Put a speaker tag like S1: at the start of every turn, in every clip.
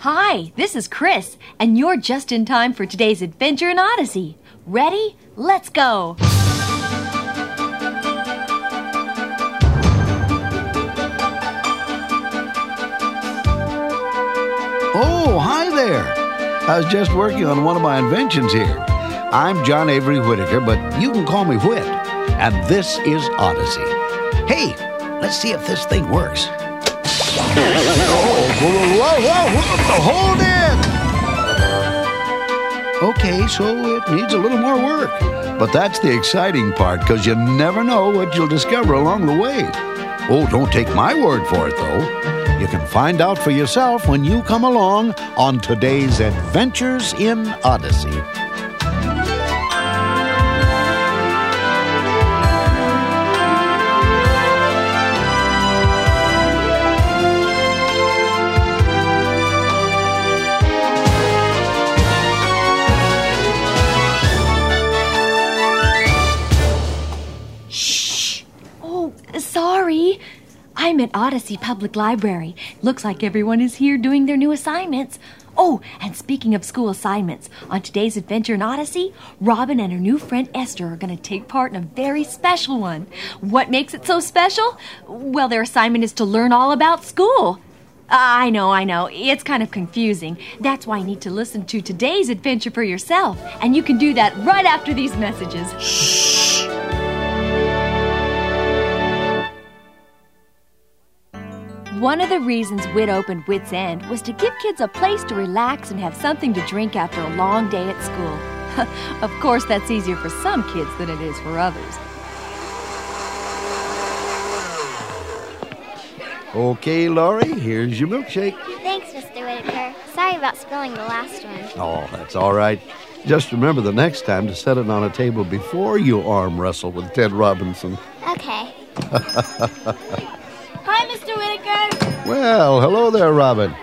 S1: Hi, this is Chris, and you're just in time for today's adventure in Odyssey. Ready? Let's go!
S2: Oh, hi there. I was just working on one of my inventions here. I'm John Avery Whitaker, but you can call me Whit. And this is Odyssey. Hey, let's see if this thing works. Oh, whoa, whoa, whoa, whoa, hold it! Okay, so it needs a little more work. But that's the exciting part, because you never know what you'll discover along the way. Oh, don't take my word for it, though. You can find out for yourself when you come along on today's Adventures in Odyssey.
S1: Oh, sorry. I'm at Odyssey Public Library. Looks like everyone is here doing their new assignments. Oh, and speaking of school assignments, on today's adventure in Odyssey, Robin and her new friend Esther are going to take part in a very special one. What makes it so special? Well, their assignment is to learn all about school. Uh, I know, I know. It's kind of confusing. That's why you need to listen to today's adventure for yourself. And you can do that right after these messages. One of the reasons WIT opened WIT's End was to give kids a place to relax and have something to drink after a long day at school. of course, that's easier for some kids than it is for others.
S2: Okay, Laurie, here's your milkshake.
S3: Thanks, Mr. Whitaker. Sorry about spilling the last one.
S2: Oh, that's all right. Just remember the next time to set it on a table before you arm wrestle with Ted Robinson.
S3: Okay. Hi, Mr. Whitaker.
S2: Well, hello there, Robin.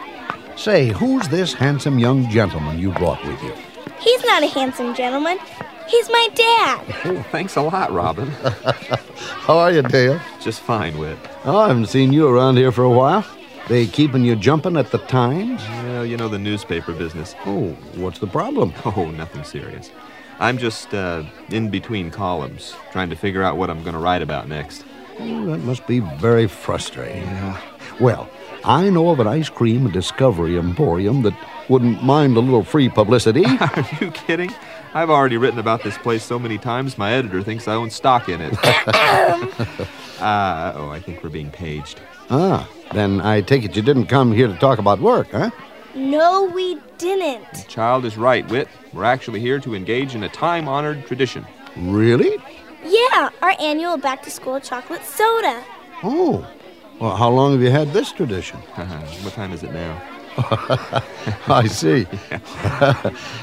S2: Say, who's this handsome young gentleman you brought with you?
S3: He's not a handsome gentleman. He's my dad.
S4: Oh, thanks a lot, Robin.
S2: How are you, Dale?
S4: Just fine, Whit.
S2: Oh, I haven't seen you around here for a while. They keeping you jumping at the times?
S4: Well, you know the newspaper business.
S2: Oh, what's the problem?
S4: Oh, nothing serious. I'm just uh, in between columns, trying to figure out what I'm going to write about next.
S2: Oh, that must be very frustrating. Well, I know of an ice cream discovery emporium that wouldn't mind a little free publicity.
S4: Are you kidding? I've already written about this place so many times, my editor thinks I own stock in it. uh, oh, I think we're being paged.
S2: ah, then I take it you didn't come here to talk about work, huh?
S3: No, we didn't.
S4: Child is right, Whit. We're actually here to engage in a time honored tradition.
S2: Really?
S3: Yeah, our annual back to school chocolate soda.
S2: Oh, well, how long have you had this tradition?
S4: what time is it now?
S2: I see.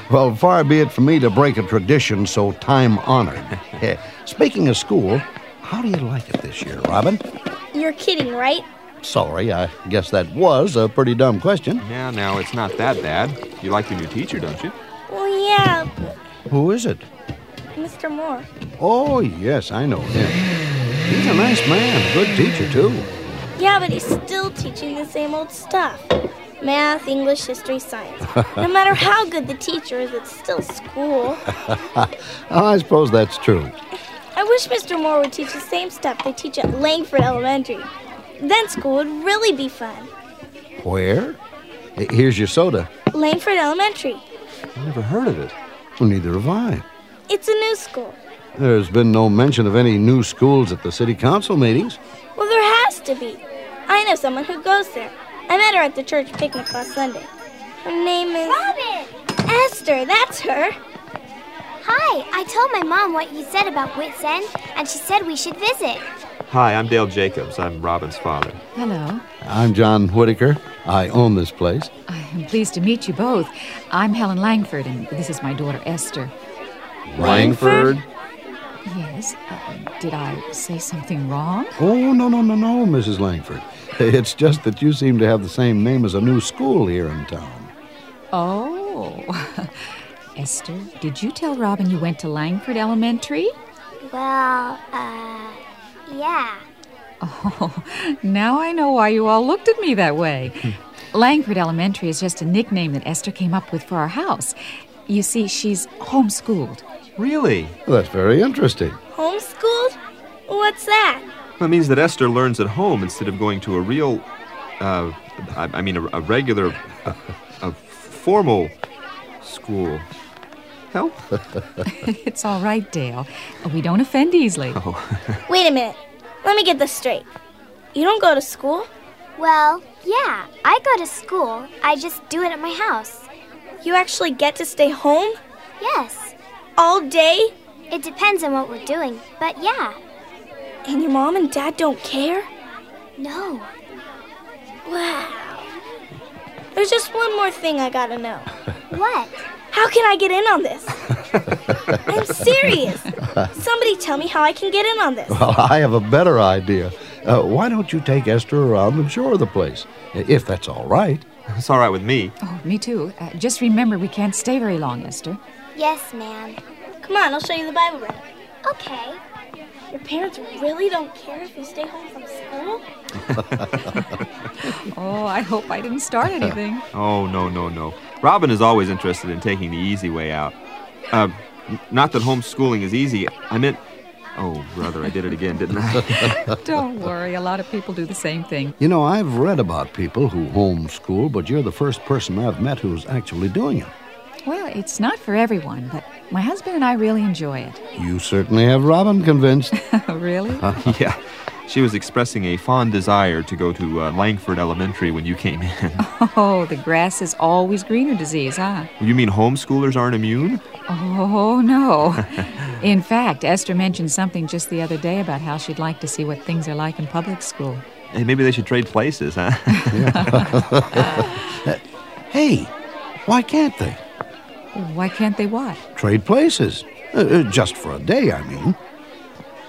S2: well, far be it for me to break a tradition so time honored. Eh, Speaking of school, how do you like it this year, Robin?
S3: You're kidding, right?
S2: Sorry, I guess that was a pretty dumb question.
S4: Now, now, it's not that bad. You like your new teacher, don't you?
S3: Well, yeah, but
S2: Who is it?
S3: Mr. Moore.
S2: Oh, yes, I know him. He's a nice man, good teacher, too.
S3: Yeah, but he's still teaching the same old stuff math, English, history, science. No matter how good the teacher is, it's still school.
S2: I suppose that's true.
S3: I wish Mr. Moore would teach the same stuff they teach at Langford Elementary. Then school would really be fun.
S2: Where? Eh, Here's your soda.
S3: Langford Elementary.
S4: I never heard of it.
S2: Well, neither have I.
S3: It's a new school.
S2: There's been no mention of any new schools at the city council meetings.
S3: Well, there has to be. I know someone who goes there. I met her at the church picnic last Sunday. Her name is. Robin! Esther, that's her.
S5: Hi, I told my mom what you said about Wits End, and she said we should visit.
S4: Hi, I'm Dale Jacobs. I'm Robin's father.
S6: Hello.
S2: I'm John Whitaker. I own this place.
S6: I am pleased to meet you both. I'm Helen Langford, and this is my daughter Esther.
S4: Langford?
S6: Yes. Uh, did I say something wrong?
S2: Oh, no, no, no, no, Mrs. Langford. It's just that you seem to have the same name as a new school here in town.
S6: Oh. Esther, did you tell Robin you went to Langford Elementary?
S5: Well, uh, yeah.
S6: Oh, now I know why you all looked at me that way. Langford Elementary is just a nickname that Esther came up with for our house. You see, she's homeschooled.
S4: Really?
S2: That's very interesting.
S3: Homeschooled? What's that?
S4: That means that Esther learns at home instead of going to a real, uh, I, I mean, a, a regular, a, a formal school. Help?
S6: It's all right, Dale. We don't offend easily.
S3: Wait a minute. Let me get this straight. You don't go to school?
S5: Well, yeah, I go to school. I just do it at my house.
S3: You actually get to stay home?
S5: Yes,
S3: All day?
S5: it depends on what we're doing, but yeah.
S3: And your mom and dad don't care?
S5: No.
S3: Wow. There's just one more thing I gotta know.
S5: What?
S3: How can I get in on this? I'm serious. Somebody tell me how I can get in on this.
S2: Well, I have a better idea. Uh, why don't you take Esther around and show her the place, if that's all right?
S4: It's all right with me.
S6: Oh, me too. Uh, just remember, we can't stay very long, Esther.
S5: Yes, ma'am.
S3: Come on, I'll show you the Bible reading.
S5: Okay.
S3: Your parents really don't care if you stay home from school?
S6: Oh, I hope I didn't start anything.
S4: Oh, no, no, no. Robin is always interested in taking the easy way out. Uh, n- not that homeschooling is easy. I meant. Oh, brother, I did it again, didn't I?
S6: don't worry, a lot of people do the same thing.
S2: You know, I've read about people who homeschool, but you're the first person I've met who's actually doing it.
S6: Well, it's not for everyone, but my husband and I really enjoy it.
S2: You certainly have Robin convinced.
S6: really?
S4: yeah. She was expressing a fond desire to go to uh, Langford Elementary when you came in.
S6: Oh, the grass is always greener disease, huh?
S4: you mean homeschoolers aren't immune?
S6: Oh, no. In fact, Esther mentioned something just the other day about how she'd like to see what things are like in public school.
S4: Hey, maybe they should trade places, huh?
S2: hey, why can't they?
S6: Why can't they what?
S2: Trade places. Uh, uh, just for a day, I mean.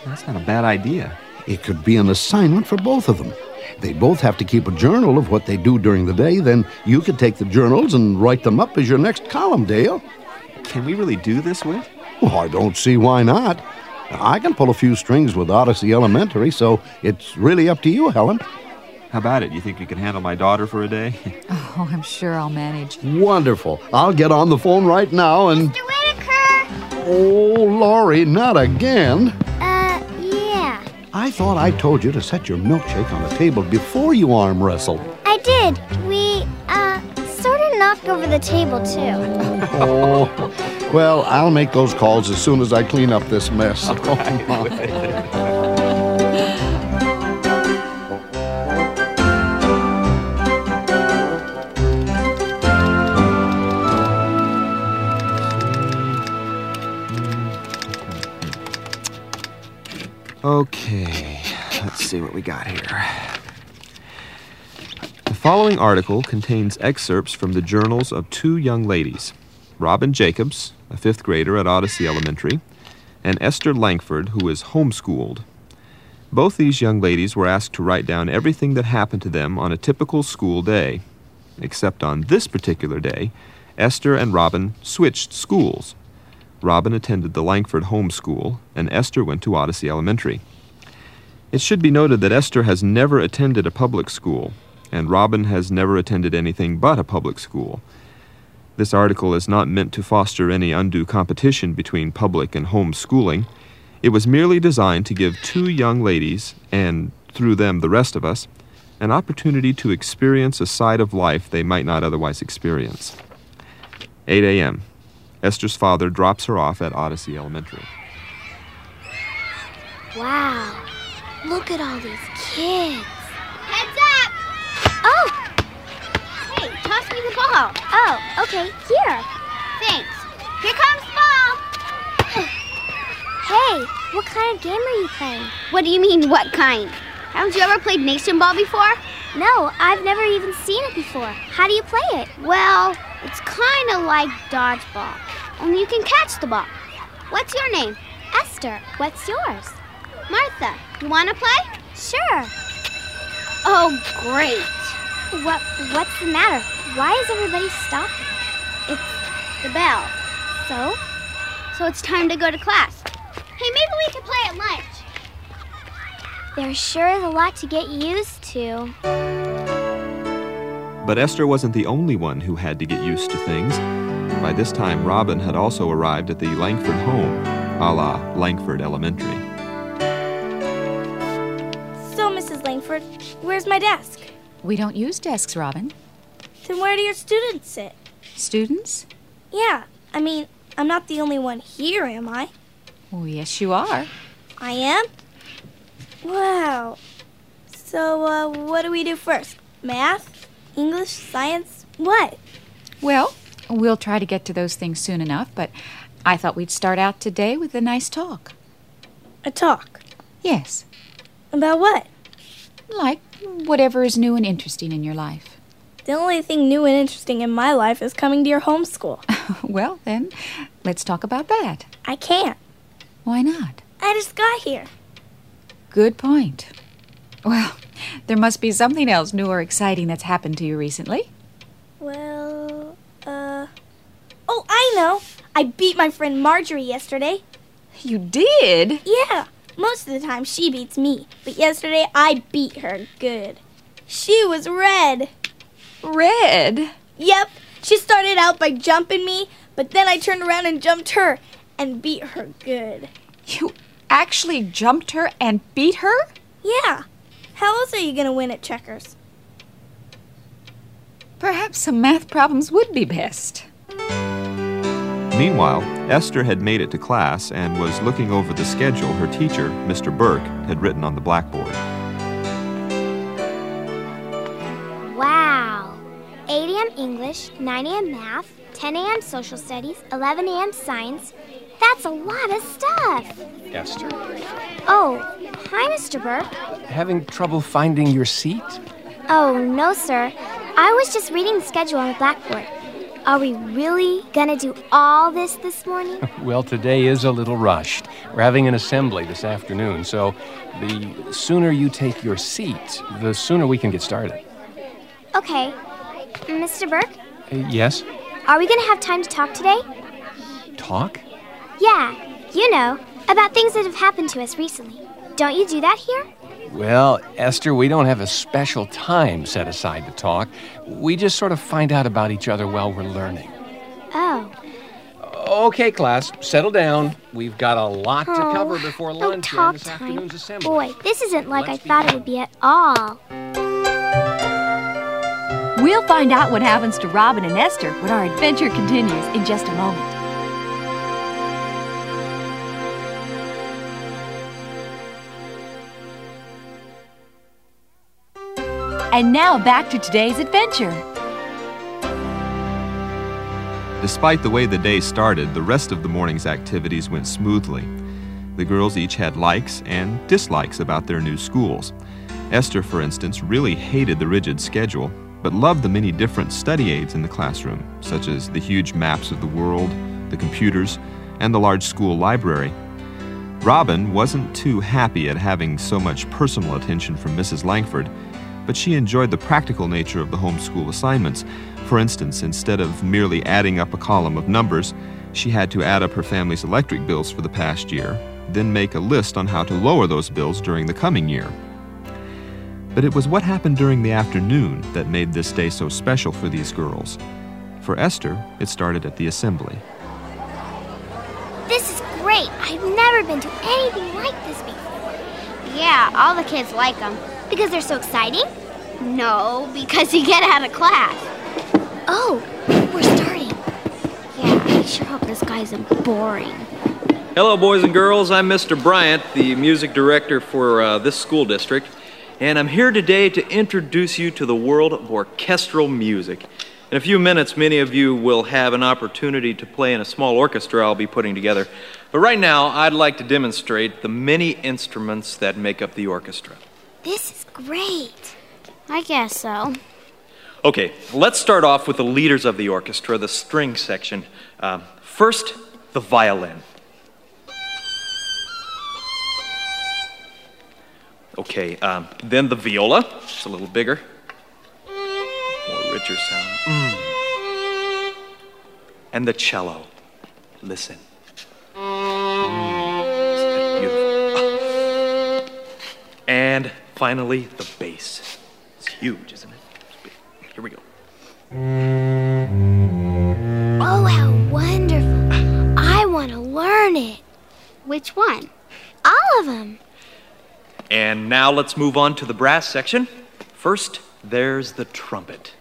S4: That's not a bad idea.
S2: It could be an assignment for both of them. They both have to keep a journal of what they do during the day, then you could take the journals and write them up as your next column, Dale.
S4: Can we really do this, Whit?
S2: Well, I don't see why not. I can pull a few strings with Odyssey Elementary, so it's really up to you, Helen.
S4: How about it? You think you can handle my daughter for a day?
S6: Oh, I'm sure I'll manage.
S2: Wonderful. I'll get on the phone right now and.
S5: Mr. Whitaker!
S2: Oh, Laurie, not again.
S5: Uh, yeah.
S2: I thought I told you to set your milkshake on the table before you arm wrestled.
S5: I did. We, uh, sort of knocked over the table, too.
S2: Oh. Well, I'll make those calls as soon as I clean up this mess. Oh, my.
S4: Okay, let's see what we got here. The following article contains excerpts from the journals of two young ladies Robin Jacobs, a fifth grader at Odyssey Elementary, and Esther Langford, who is homeschooled. Both these young ladies were asked to write down everything that happened to them on a typical school day. Except on this particular day, Esther and Robin switched schools. Robin attended the Langford Home School, and Esther went to Odyssey Elementary. It should be noted that Esther has never attended a public school, and Robin has never attended anything but a public school. This article is not meant to foster any undue competition between public and home schooling. It was merely designed to give two young ladies, and through them the rest of us, an opportunity to experience a side of life they might not otherwise experience. 8 a.m. Esther's father drops her off at Odyssey Elementary.
S5: Wow. Look at all these kids. Heads up! Oh! Hey, toss me the ball. Oh, okay, here. Thanks. Here comes ball! hey, what kind of game are you playing?
S7: What do you mean, what kind? Haven't you ever played nation ball before?
S5: No, I've never even seen it before. How do you play it?
S7: Well, it's kind of like dodgeball, only you can catch the ball. What's your name?
S5: Esther, what's yours?
S7: Martha. You want to play?
S5: Sure.
S7: Oh, great.
S5: What what's the matter? Why is everybody stopping?
S7: It's the bell.
S5: So?
S7: So it's time to go to class. Hey, maybe we could play at lunch.
S5: There sure is a lot to get used to.
S4: But Esther wasn't the only one who had to get used to things. By this time, Robin had also arrived at the Langford home, a la Langford Elementary.
S3: So, Mrs. Langford, where's my desk?
S6: We don't use desks, Robin.
S3: Then where do your students sit?
S6: Students?
S3: Yeah, I mean, I'm not the only one here, am I?
S6: Oh, yes, you are.
S3: I am? Wow. So, uh, what do we do first? Math? English? Science? What?
S6: Well, we'll try to get to those things soon enough, but I thought we'd start out today with a nice talk.
S3: A talk.
S6: Yes,
S3: About what?
S6: like whatever is new and interesting in your life.
S3: The only thing new and interesting in my life is coming to your homeschool.
S6: Well, then, let's talk about that.
S3: I can't.
S6: Why not?
S3: I just got here.
S6: Good point. Well, there must be something else new or exciting that's happened to you recently.
S3: Well, uh. Oh, I know! I beat my friend Marjorie yesterday.
S6: You did?
S3: Yeah, most of the time she beats me, but yesterday I beat her good. She was red.
S6: Red.
S3: Yep, she started out by jumping me, but then I turned around and jumped her and beat her good.
S6: You actually jumped her and beat her?
S3: Yeah, how else are you gonna win at checkers?
S6: Perhaps some math problems would be best.
S4: Meanwhile, Esther had made it to class and was looking over the schedule her teacher, Mr. Burke, had written on the blackboard.
S7: Wow. 8 a.m. English, 9 a.m. Math, 10 a.m. Social Studies, 11 a.m. Science. That's a lot of stuff.
S8: Esther,
S7: Oh, hi, Mr. Burke.
S8: having trouble finding your seat?
S7: Oh, no, sir. I was just reading the schedule on the blackboard. Are we really gonna do all this this morning?
S8: Well, today is a little rushed. We're having an assembly this afternoon, so the sooner you take your seat, the sooner we can get started.
S7: Okay. Mr. Burke,
S8: Uh, yes?
S7: are we gonna have time to talk today?
S8: Talk?
S7: Yeah, you know, about things that have happened to us recently. Don't you do that here?
S8: Well, Esther, we don't have a special time set aside to talk. We just sort of find out about each other while we're learning.
S7: Oh.
S8: Okay, class, settle down. We've got a lot to
S7: Oh,
S8: cover before
S7: no
S8: lunch during
S7: talk
S8: this
S7: time.
S8: afternoon's assembly.
S7: Boy, this isn't like
S8: Let's
S7: I thought it would be at all.
S1: We'll find out what happens to Robin and Esther when our adventure continues in just a moment. And now back to today's adventure.
S4: Despite the way the day started, the rest of the morning's activities went smoothly. The girls each had likes and dislikes about their new schools. Esther, for instance, really hated the rigid schedule, but loved the many different study aids in the classroom, such as the huge maps of the world, the computers, and the large school library. Robin wasn't too happy at having so much personal attention from Mrs. Langford, but she enjoyed the practical nature of the homeschool assignments. For instance, instead of merely adding up a column of numbers, she had to add up her family's electric bills for the past year, then make a list on how to lower those bills during the coming year. But it was what happened during the afternoon that made this day so special for these girls. For Esther, it started at the assembly.
S7: This is great. I've never been to anything like this before. Yeah, all the kids like them. Because they're so exciting? No, because you get out of class. Oh, we're starting. Yeah, I sure hope this guy isn't boring.
S9: Hello, boys and girls. I'm Mr. Bryant, the music director for uh, this school district, and I'm here today to introduce you to the world of orchestral music. In a few minutes, many of you will have an opportunity to play in a small orchestra I'll be putting together. But right now, I'd like to demonstrate the many instruments that make up the orchestra.
S7: This is great. I guess so.
S9: Okay, let's start off with the leaders of the orchestra, the string section. Um, first, the violin. Okay, um, then the viola. It's a little bigger, more richer sound. Mm. And the cello. Listen. Isn't that beautiful? Ah. And finally, the bass. It's huge, isn't it? Here we go.
S10: Oh, how wonderful. I want to learn it.
S7: Which one?
S10: All of them.
S11: And now let's move on to the brass section. First, there's the trumpet.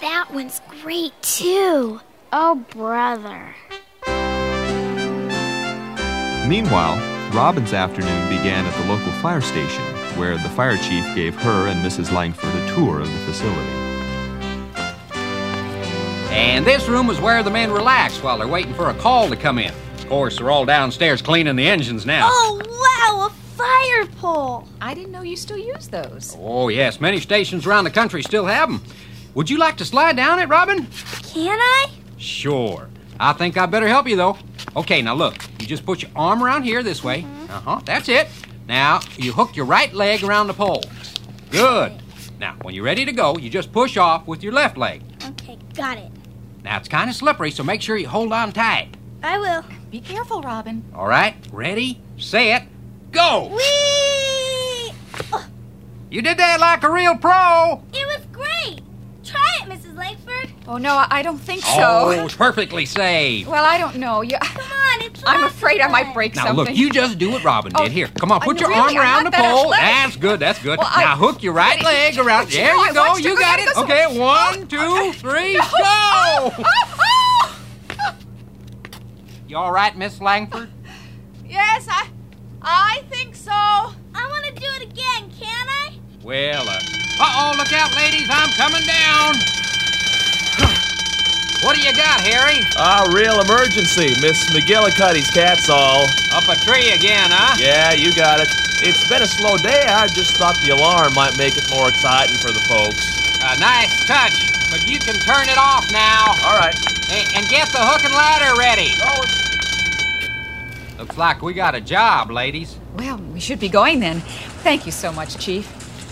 S10: That one's great, too.
S7: Oh, brother.
S4: Meanwhile, Robin's afternoon began at the local fire station, where the fire chief gave her and Mrs. Langford a tour of the facility.
S12: And this room was where the men relaxed while they're waiting for a call to come in. Of course, they're all downstairs cleaning the engines now.
S3: Oh, wow, a fire pole.
S6: I didn't know you still use those.
S12: Oh, yes, many stations around the country still have them. Would you like to slide down it, Robin?
S3: Can I?
S12: Sure. I think I better help you, though. Okay, now look. You just put your arm around here this way.
S6: Mm-hmm.
S12: Uh huh. That's it. Now, you hook your right leg around the pole. Good. Now, when you're ready to go, you just push off with your left leg.
S3: Okay, got it.
S12: Now, it's kind of slippery, so make sure you hold on tight.
S3: I will.
S6: Be careful, Robin.
S12: All right? Ready? Set. Go!
S3: Whee!
S12: You did that like a real pro!
S3: It was great. Try it, Mrs. Langford.
S6: Oh, no, I I don't think
S12: Oh,
S6: so.
S12: perfectly saved.
S6: Well, I don't know. You,
S3: Come on, it's
S6: I'm
S3: lots of
S6: afraid I might
S3: fun.
S6: break
S12: Now
S6: something.
S12: look, you just do what Robin
S6: Oh,
S12: did. Here, come on,
S6: I-
S12: put your
S6: really,
S12: arm
S6: I'm
S12: around the
S6: not that
S12: pole.
S6: athletic.
S12: That's good. That's good.
S6: Well, I-
S12: now hook your right leg around.
S6: But you
S12: there
S6: know,
S12: you
S6: I
S12: go.
S6: want to
S12: You
S6: go
S12: got
S6: get
S12: it.
S6: this
S12: Okay,
S6: one.
S12: one, two, three,
S6: Oh!
S12: go. You all right, Miss Langford?
S6: Yes, I, I think so.
S3: I want to do it again, can I?
S12: Well, uh oh, look out, ladies! I'm coming down. What do you got, Harry?
S9: Ah, real emergency. Miss McGillicuddy's cat's all.
S12: Up a tree again, huh?
S9: Yeah, you got it. It's been a slow day. I just thought the alarm might make it more exciting for the folks.
S12: A nice touch, but you can turn it off now.
S9: All right.
S12: And, and get the hook and ladder ready.
S9: Oh, it's
S12: Looks like we got a job, ladies.
S6: Well, we should be going then. Thank you so much, Chief.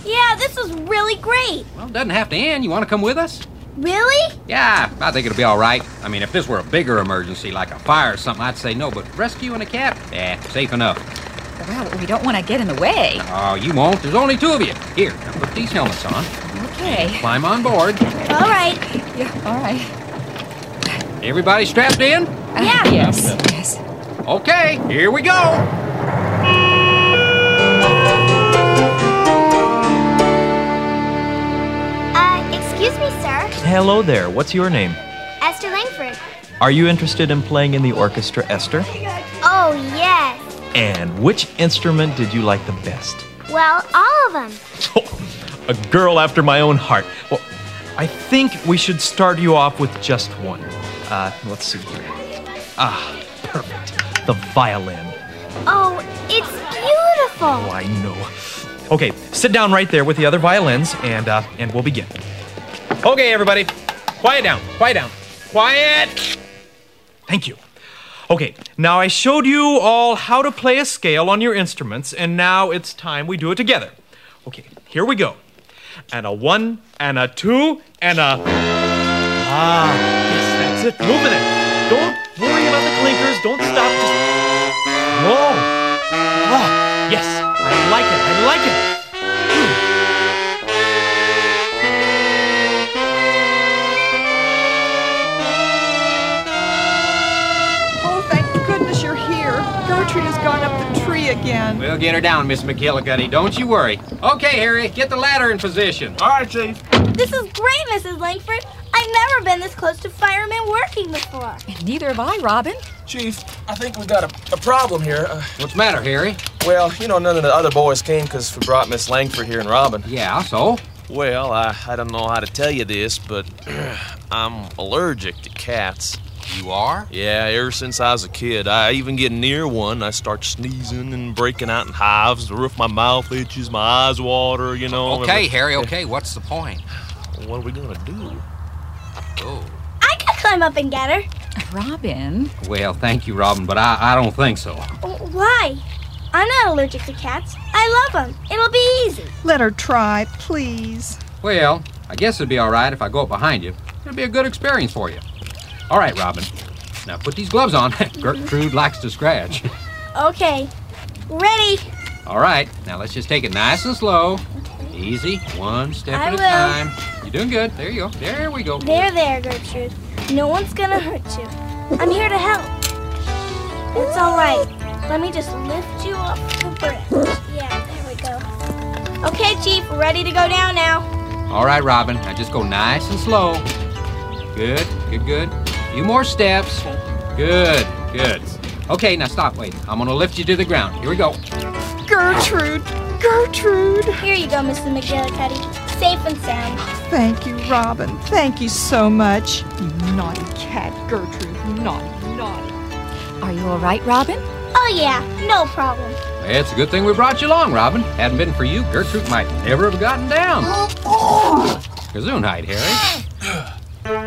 S3: Yeah, this was really great.
S12: Well, it doesn't have to end. You want to come with us?
S3: Really?
S12: Yeah, I think it'll be all right. I mean, if this were a bigger emergency, like a fire or something, I'd say no, but rescuing a cat? Yeah, safe enough.
S6: Well, we don't want to get in the way.
S12: Oh, you won't. There's only two of you. Here, now put these helmets on.
S6: Okay.
S12: Climb on board.
S3: All right.
S6: Yeah, all right.
S12: Everybody strapped in?
S6: Yeah. yes. Yes.
S12: Okay, here we go.
S7: Uh, excuse me, sir.
S9: Hello there. What's your name?
S7: Esther Langford.
S9: Are you interested in playing in the orchestra, Esther?
S7: Oh, yes.
S9: And which instrument did you like the best?
S7: Well, all of them.
S9: a girl after my own heart. Well, I think we should start you off with just one. Uh, let's see here. Ah, perfect. The violin.
S7: Oh, it's beautiful.
S9: Oh, I know. Okay, sit down right there with the other violins, and uh, and we'll begin. Okay, everybody, quiet down, quiet down, quiet. Thank you. Okay, now I showed you all how to play a scale on your instruments, and now it's time we do it together. Okay, here we go. And a one, and a two, and a. Ah, yes, that's it. Moving it. Don't worry about the clinkers. Don't stop. Just. Whoa. Oh, yes, I like it. I like it.
S13: Oh, thank goodness you're here. Gertrude has gone up the tree again.
S12: We'll get her down, Miss McGillicuddy. Don't you worry. Okay, Harry, get the ladder in position.
S9: All right, Chief.
S3: This is great, Mrs. Langford. I've never been this close to firemen working before.
S6: And neither have I, Robin.
S8: Chief, I think we got a, a problem here. Uh,
S12: What's the matter, Harry?
S8: well, you know, none of the other boys came because we brought Miss Langford here and Robin.
S12: Yeah, so?
S8: Well, I, I don't know how to tell you this, but I'm allergic to cats.
S12: You are?
S8: Yeah, ever since I was a kid, I even get near one, I start sneezing and breaking out in hives. The roof of my mouth itches, my eyes water, you know. and
S12: Okay, Harry, okay. What's the point?
S8: every- What are we gonna do?
S12: Oh.
S3: I could climb up and get her.
S6: Robin.
S12: Well, thank you, Robin, but I, I don't think so.
S3: Oh, Why? I'm not allergic to cats. I love them. It'll be easy.
S13: Let her try, please.
S12: Well, I guess it'd be all right if I go up behind you. It'll be a good experience for you. All right, Robin. Now put these gloves on. Gertrude likes to scratch.
S3: Okay. Ready?
S12: All right, now let's just take it nice and slow. Easy, one step
S3: I
S12: at a
S3: will.
S12: time. You're doing good. There you go. There we go.
S3: There, there, Gertrude. No one's gonna hurt you. I'm here to help. It's all right. Let me just lift you off the bridge. Yeah, there we go. Okay, Chief, we're ready to go down now.
S12: All right, Robin. Now just go nice and slow. Good, good, good. A few more steps. Good, good. Okay, now stop. Wait. I'm gonna lift you to the ground. Here we go.
S3: Gertrude, Gertrude. Here you go, Mrs. McGillicuddy. Safe and sound.
S14: Thank you, Robin. Thank you so much. You naughty cat, Gertrude. You naughty, naughty.
S15: Are you all right, Robin?
S3: Oh yeah, no problem.
S12: It's a good thing we brought you along, Robin. Hadn't been for you, Gertrude might never have gotten down. Gesundheit, Harry.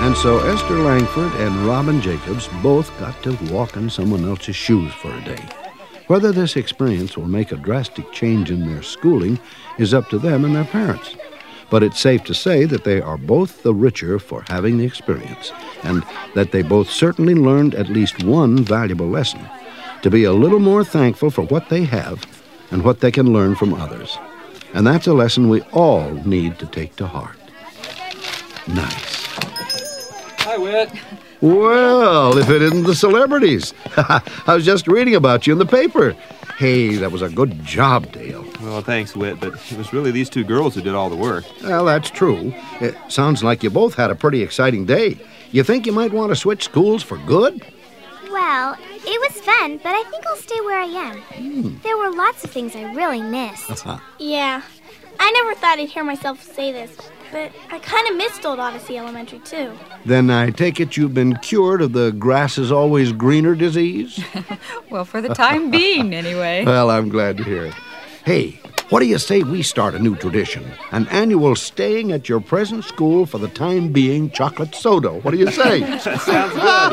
S2: And so Esther Langford and Robin Jacobs both got to walk in someone else's shoes for a day. Whether this experience will make a drastic change in their schooling is up to them and their parents. But it's safe to say that they are both the richer for having the experience, and that they both certainly learned at least one valuable lesson to be a little more thankful for what they have and what they can learn from others. And that's a lesson we all need to take to heart. Nice.
S12: Hi, Whit.
S2: Well, if it isn't the celebrities. I was just reading about you in the paper. Hey, that was a good job, Dale.
S4: Well, thanks, Whit, but it was really these two girls who did all the work.
S2: Well, that's true. It sounds like you both had a pretty exciting day. You think you might want to switch schools for good?
S7: Well, it was fun, but I think I'll stay where I am. There were lots of things I really missed.
S3: Yeah, I never thought I'd hear myself say this, but I kind of missed Old Odyssey Elementary too.
S2: Then I take it you've been cured of the grass is always greener disease?
S15: Well, for the time being, anyway.
S2: Well, I'm glad to hear it. Hey, what do you say we start a new tradition? An annual staying at your present school for the time being chocolate soda. What do you say?
S4: Sounds good,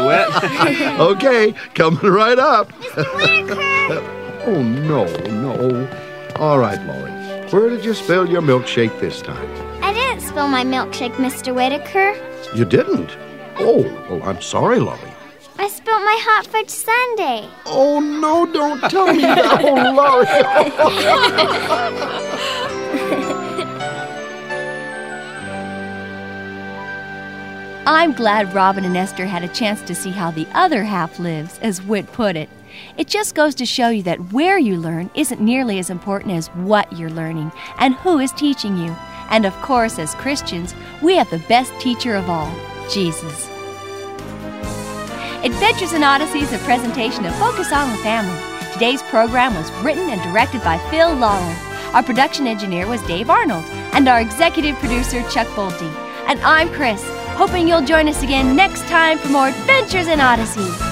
S4: Whit.
S2: okay, coming right up. oh, no, no. All right, Laurie. Where did you spill your milkshake this time?
S7: I didn't spill my milkshake, Mr. Whitaker.
S2: You didn't. Oh, well, I'm sorry, Laurie.
S7: I spilled my hot fudge sundae.
S2: Oh, no, don't tell me that. Oh,
S6: I'm glad Robin and Esther had a chance to see how the other half lives, as Whit put it. It just goes to show you that where you learn isn't nearly as important as what you're learning and who is teaching you. And of course, as Christians, we have the best teacher of all, Jesus. Adventures in Odyssey is a presentation of Focus on the Family. Today's program was written and directed by Phil Lawler. Our production engineer was Dave Arnold, and our executive producer, Chuck Bolte. And I'm Chris, hoping you'll join us again next time for more Adventures in Odyssey.